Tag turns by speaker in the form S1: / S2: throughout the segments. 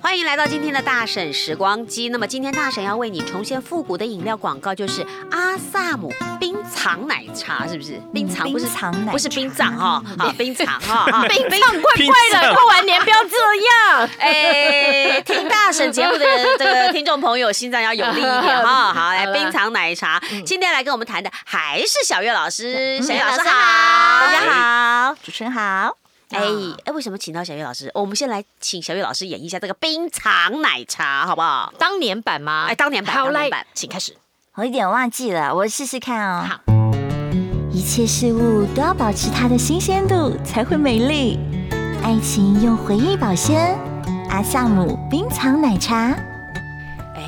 S1: 欢迎来到今天的大婶时光机。那么今天大婶要为你重现复古的饮料广告，就是阿萨姆冰藏奶茶，是不是？冰藏不是
S2: 嗯冰藏奶茶
S1: 不是冰 藏哈，好冰藏哈，哈
S2: 冰冰怪
S3: 冰上
S2: 过完年不要这样。
S1: 哎，听大婶节目的人，这个听众朋友心脏要有力一点 哈。好，来冰糖奶茶，
S2: 嗯
S1: 今天来跟我们谈的还是小月老师，小月老师好，
S2: 大家好，主持人好。
S1: 哎哎，为什么请到小月老师？哦我们先来请小月老师演绎一下这个冰糖奶茶，好不 好？
S3: 当年版吗？
S1: 哎，当年版，
S3: 好
S1: 当年
S3: 来
S1: 版，，
S3: 请开始。
S2: 我有点忘记了，我试试看哦。
S3: 好，
S2: 一切事物都要保持它的新鲜度，才会美丽。爱情用回忆保鲜。阿萨姆冰藏奶茶，
S1: 哎，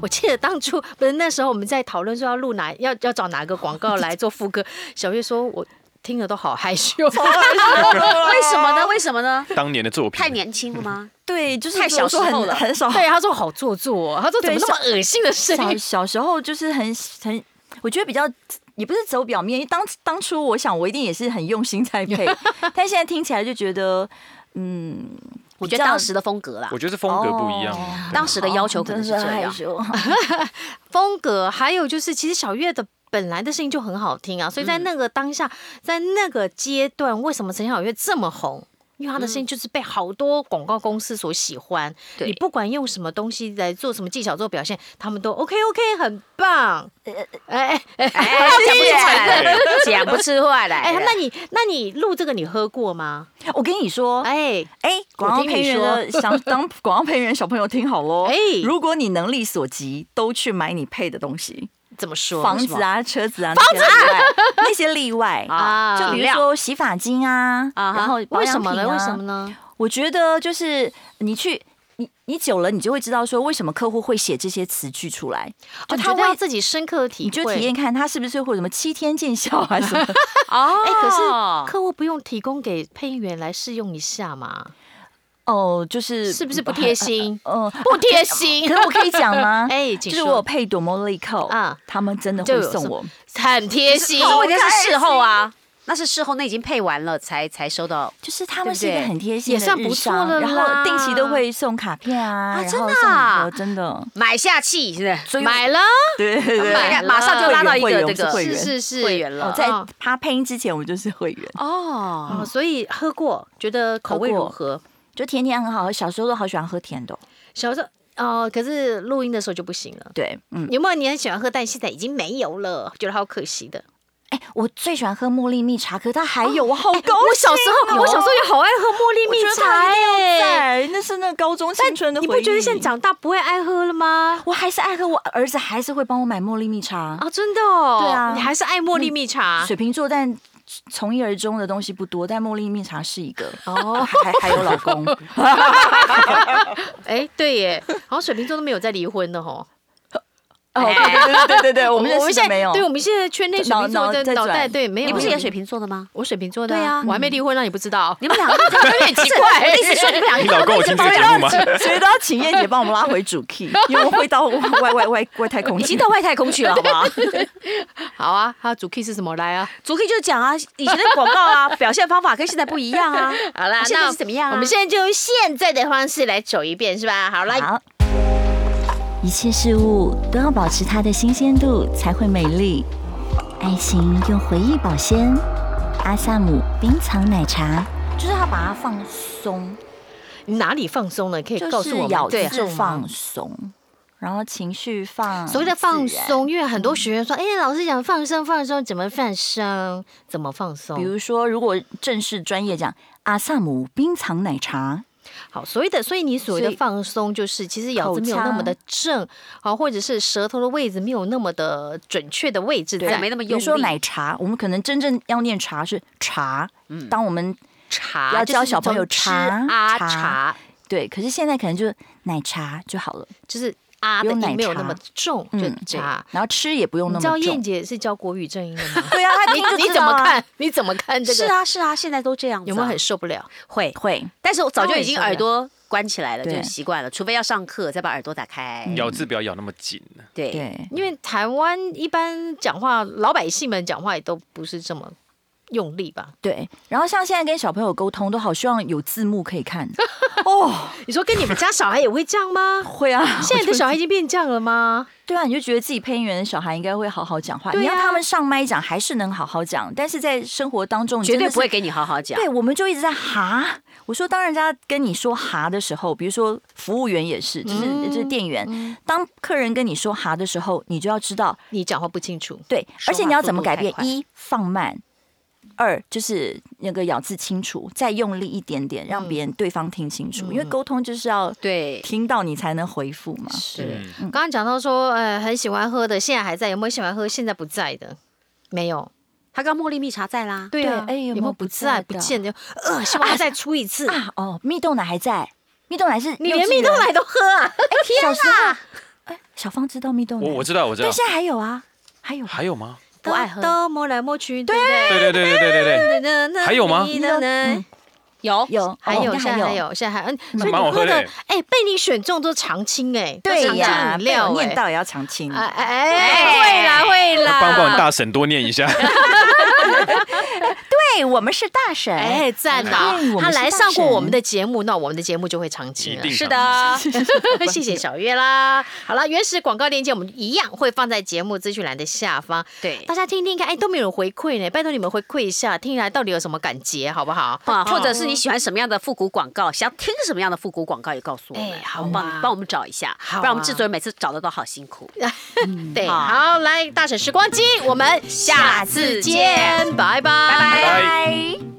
S3: 我记得当初不是那时候我们在讨论说要录哪 要要找哪个广告来做副歌，小月说我听了都好害羞，
S1: 为什么呢？为什么呢？
S4: 当年的作品，
S1: 太年轻了吗？
S5: 对，就是
S1: 太小
S5: 我说
S1: 时候
S5: 很
S1: 了
S5: 很少。
S3: 对，他说好做作、哦，他说怎
S5: 对
S3: 么那么恶心的声
S5: 小
S3: 音？
S5: 小时候就是很很，我觉得比较也不是走表面，因为当当初我想我一定也是很用心 在配，但现在听起来就觉得，嗯，
S1: 我觉得当时的风格啦
S4: 我，觉得是风格不一样。啊
S5: 哦
S1: 当时的要求可能是这
S5: 真害
S1: 样。
S5: 羞。
S3: 风格，还有就是其实小月的。本来的声音就很好听啊，所
S5: 嗯
S3: 以在那个当下，在那个阶段，为什么陈小月这么红？因为她的
S5: 嗯
S3: 声音就是被好多广告公司所喜欢。
S1: 对
S3: 你不管用什么东西来做什么技巧做表现，他们都 OK OK，很棒。哎哎
S1: 哎， 讲不出来了，讲不出话来
S3: 哎，
S1: 了。
S3: 那你那你录这个你喝过吗？
S5: 我跟你说，
S3: 哎，
S5: 哎，广告配员
S3: 我
S5: 的 想当广告配员小朋友听好喽，
S3: 哎
S5: 如果你能力所及，都去买你配的东西，
S3: 怎么说？
S5: 房子啊、车子啊，那些例外，那些例外
S3: 啊，
S5: 就比如说洗发精啊，
S1: 啊哈
S5: 然后保
S3: 为
S5: 养
S3: 什么呢？
S5: 品啊
S3: 为什么呢？
S5: 我觉得就是你去。你你久了，你就会知道说为什么客户会写这些词句出来，
S3: 就
S5: 就
S3: 哦
S5: 他
S3: 他会
S5: 会
S3: 自己深刻体
S5: 你就
S3: 会
S5: 体验看他是不是会有什么七天见效啊 什么。
S1: 哦，
S3: 哎，可是客户不用提供给配音员来试用一下嘛？
S5: 哦，就是
S3: 是不是 不贴心？
S5: 嗯，
S3: 不贴心
S5: 可，是我可以讲吗？
S3: 哎
S5: 就
S3: 请
S5: 是
S3: 说
S5: 我有配朵茉莉蔻
S3: 啊
S5: 啊，他们真的
S3: 就
S5: 会
S3: 有
S5: 送
S3: 送
S5: 我。
S3: 很贴心哦
S1: 可是。我应该是事后啊，那是事后，那已经配完了才才收到。
S5: 就是他
S1: 对
S5: 们
S1: 不
S5: 是一个
S1: 对
S5: 很贴心
S3: 也
S5: 的
S3: 算
S5: 日
S3: 不错
S5: 商
S3: 了
S5: 然后
S3: 啦
S5: 定期都会送卡片啊，然
S1: 真
S5: 后
S1: 的
S5: 送
S1: 啊
S5: 礼盒真的，
S1: 买下气是不是？
S5: 所以我
S3: 买了，
S5: 对对对，
S1: 马
S3: 买了
S1: 马上就拉到一个这个
S5: 会员
S3: 是是是
S1: 会员了
S5: 哦，在
S3: 哦
S5: 他配音之前我就是会员，
S1: 哦
S3: 哦，所以喝过，觉得口味
S5: 喝
S3: 如
S5: 过
S3: 何？
S5: 就甜甜很好喝，小时候都好喜欢喝甜的哦。
S3: 小时候哦，可是录音的时候就不行了。
S5: 对，嗯，
S3: 有没有你很喜欢喝，但现在已经没有了，觉得好可惜的？
S5: 哎，我最喜欢喝茉莉蜜茶，可它还有，我好高兴哦。
S3: 啊 哎我小时候，我小时候也好爱喝茉莉
S5: 我
S3: 蜜
S5: 觉得
S3: 茶
S5: 它一定要
S3: 哎、
S5: 在那是那高中青春的回
S3: 你
S5: 忆。
S3: 不觉得现在长大不会爱喝了吗？
S5: 我还是爱喝，我儿子还是会帮我买茉莉蜜茶。
S3: 啊，真的哦，
S5: 对啊
S3: 你还是爱茉莉蜜
S2: 啊
S3: 茶
S5: 水瓶座，但从一而终的东西不多，但茉莉蜜茶是一个。
S3: 哦，
S5: 还还有老 公，哦
S3: 哎、对耶，好像水瓶座都没有在离婚的吼。
S5: 哦，
S2: 哎
S5: 对对对对对，我
S3: 我
S5: 们认识
S3: 现
S5: 的
S3: 在
S5: 没有，
S3: 对，我们现在圈内水
S5: 脑
S3: 瓶座
S5: 脑
S3: 的
S5: 在
S3: 脑袋
S5: 转
S3: 对没有，
S1: 你不是也水？瓶座的吗？
S3: 我水瓶座的、
S1: 对啊
S3: 我还没离婚，让你不知道。
S1: 你们两个有点奇 怪，我的意思说你们两个
S3: 哦
S4: 你老公有听这个节目 吗？
S1: 啊
S5: 所以都要请燕姐帮我们拉回主 key，因 为我们会到外外外外太空
S1: 已经
S5: 去。
S1: 到外太空 去了，好不好？
S3: 好啊，他主 key 是什么来啊？
S1: 主 K 就讲啊，以前的广告 啊，表现方法跟现在不一样啊。
S3: 好啦，
S1: 现在是怎么样啊
S3: 我们现在就用现在的方式来走一遍，是吧？好来，
S2: 好，一切事物都要保持它的新鲜度，才会美丽。爱情用回忆保鲜。阿萨姆冰藏奶茶，
S5: 就是他把它放松，
S3: 你哪里放松了？可以告
S5: 就
S3: 诉
S5: 是
S3: 我们
S5: 咬
S3: 对啊
S5: 字放松，然后情绪放
S3: 所谓的放
S5: 自然，
S3: 松，因为很多学员说，哎、老师讲放松，放松，怎么放松？怎么放松？
S5: 比如说如果正式专业讲阿萨姆冰藏奶茶，
S3: 好，所谓的，所以你所谓的
S5: 所以
S3: 放松，就是其实咬字
S5: 口
S3: 没有那么
S5: 腔
S3: 的正，好，或者是舌头的位置没有那么的准确的位置
S1: 还
S3: 在，
S1: 没那么
S5: 比
S1: 用
S5: 如说
S1: 力。
S5: 奶茶，我们可能真正要念茶是茶，
S3: 嗯
S5: 当我们
S3: 茶
S5: 要
S3: 就是
S5: 教
S3: 你
S5: 小朋
S3: 从
S5: 友
S3: 吃
S5: 茶
S3: 啊
S5: 茶
S3: 茶，
S5: 对，可是现在可能就是奶茶就好了，
S3: 就是啊的
S5: 用奶
S3: 音没有那
S5: 茶
S3: 么重，就
S5: 嗯，对
S3: 茶。
S5: 然后吃也不用
S3: 你
S5: 那
S3: 知道
S5: 么
S3: 燕
S5: 重。？
S3: 姐是教国语正音的吗
S5: 对啊，他听就
S3: 你
S5: 知
S3: 怎
S5: 道
S3: 么
S5: 啊？
S3: 看？你怎么看这
S1: 是
S3: 个？
S1: 啊是啊，现在都这样子啊。
S3: 有没有很受不了？
S1: 会？
S5: 会，
S1: 但是我早就已经
S3: 当然
S1: 耳
S3: 受不
S1: 朵关起来了，
S5: 对
S1: 就习惯了。除非要上课，再把耳朵打开。
S4: 咬字不要咬那么紧，啊
S1: 对，
S5: 对，
S3: 因为台湾一般讲话，老百姓们讲话也都不是这么用力吧？
S5: 对，然后像现在跟小朋友沟通，都好希望有字幕可以 看哦。
S3: 你说跟你们家小孩也会这样吗？
S5: 会啊，
S3: 现在
S5: 我就
S3: 的小孩已经变这样了吗？
S5: 对啊，你就觉得自己配音员的小孩应该会好好讲话，
S3: 对啊
S5: 你让他们上麦讲还是能好好讲，但是在生活当中你
S1: 绝
S5: 真
S1: 对
S5: 的是
S1: 不会给你好好讲。
S5: 对，我们就一直在哈。我说，当人家跟你说哈的时候，比如说服务员也是，就是、
S1: 嗯
S5: 就是店员，当客人跟你说哈的时候，你就要知道，
S3: 你讲话不清楚，
S5: 对，
S1: 说
S5: 而且
S1: 话
S5: 你要
S1: 速
S5: 怎么
S1: 度
S5: 改
S1: 太
S5: 变？
S1: 快
S5: 一放慢。二就是那个咬字清楚，再用力一点点，让
S1: 嗯
S5: 别人对方听清楚，因为沟通就是要
S1: 对
S5: 听到你才能回复嘛。
S3: 是。
S4: 嗯
S3: 嗯刚刚讲到说，呃，很喜欢喝的，现在还在，有没有喜欢喝现在不在的？没有。
S1: 他刚茉莉蜜茶在啦，
S3: 对
S5: 啊哎有没
S3: 有没
S5: 有不
S3: 有不
S5: 在
S3: 在
S5: 的
S3: 不见的？呃，希望他再出一次。
S5: 啊哦，蜜豆奶还在，蜜豆奶是
S3: 你
S5: 幼
S3: 连
S5: 稚
S3: 蜜豆
S5: 园
S3: 奶 都喝啊？
S5: 小时候，哎，小芳知道蜜豆奶
S4: 我
S5: 吗，
S4: 我知道我知道
S5: 但，现在还有啊，还有
S4: 还有吗？
S1: 不爱喝
S3: 都摸来摸去，对啊
S4: 对对对对对对
S3: 不对？
S4: 还有吗
S3: 你的呢
S5: 嗯
S1: 有
S5: 有，
S3: 还
S5: 哦
S3: 有，
S5: 那
S3: 现在还有，现在还，嗯，所以
S4: 蛮好
S3: 你
S4: 喝
S3: 喝
S4: 的
S3: 的，哎，被你选中都常青哎，都
S5: 对
S3: 常青
S5: 呀，
S3: 饮
S5: 被我
S3: 料
S5: 念
S3: 哎，
S5: 到也要常青。
S3: 哎哎哎，会啦会
S4: 对，
S3: 啦，
S4: 帮帮我大婶多念一下。
S5: 对，哎我们是大神，
S3: 哎，赞呐
S5: 哎我！们
S3: 他
S5: 是
S3: 来
S5: 大
S3: 上过
S5: 神
S3: 我们的节目，那我们的节目就会常青
S4: 一
S3: 了。
S4: 定
S1: 是的，
S3: 谢谢小月啦。好了，原始广告链接我们一样会放在节目资讯栏的下方，
S1: 对
S3: 大。家听听看。哎，都没有人回馈呢，拜托你们回馈一下，听起来到底有什么感觉，好不好？
S1: 啊，或者是你喜欢什么样的复古广告，想听什么样的复古广告也告诉我们
S3: 哎，好啊
S1: 帮帮我们找一下，
S3: 好啊
S1: 不然我们制作人每次找的都好辛苦。
S3: 对，
S1: 好
S3: 好，
S4: 哎
S3: 来大婶时光机，我们下次见，拜拜，拜
S4: 拜。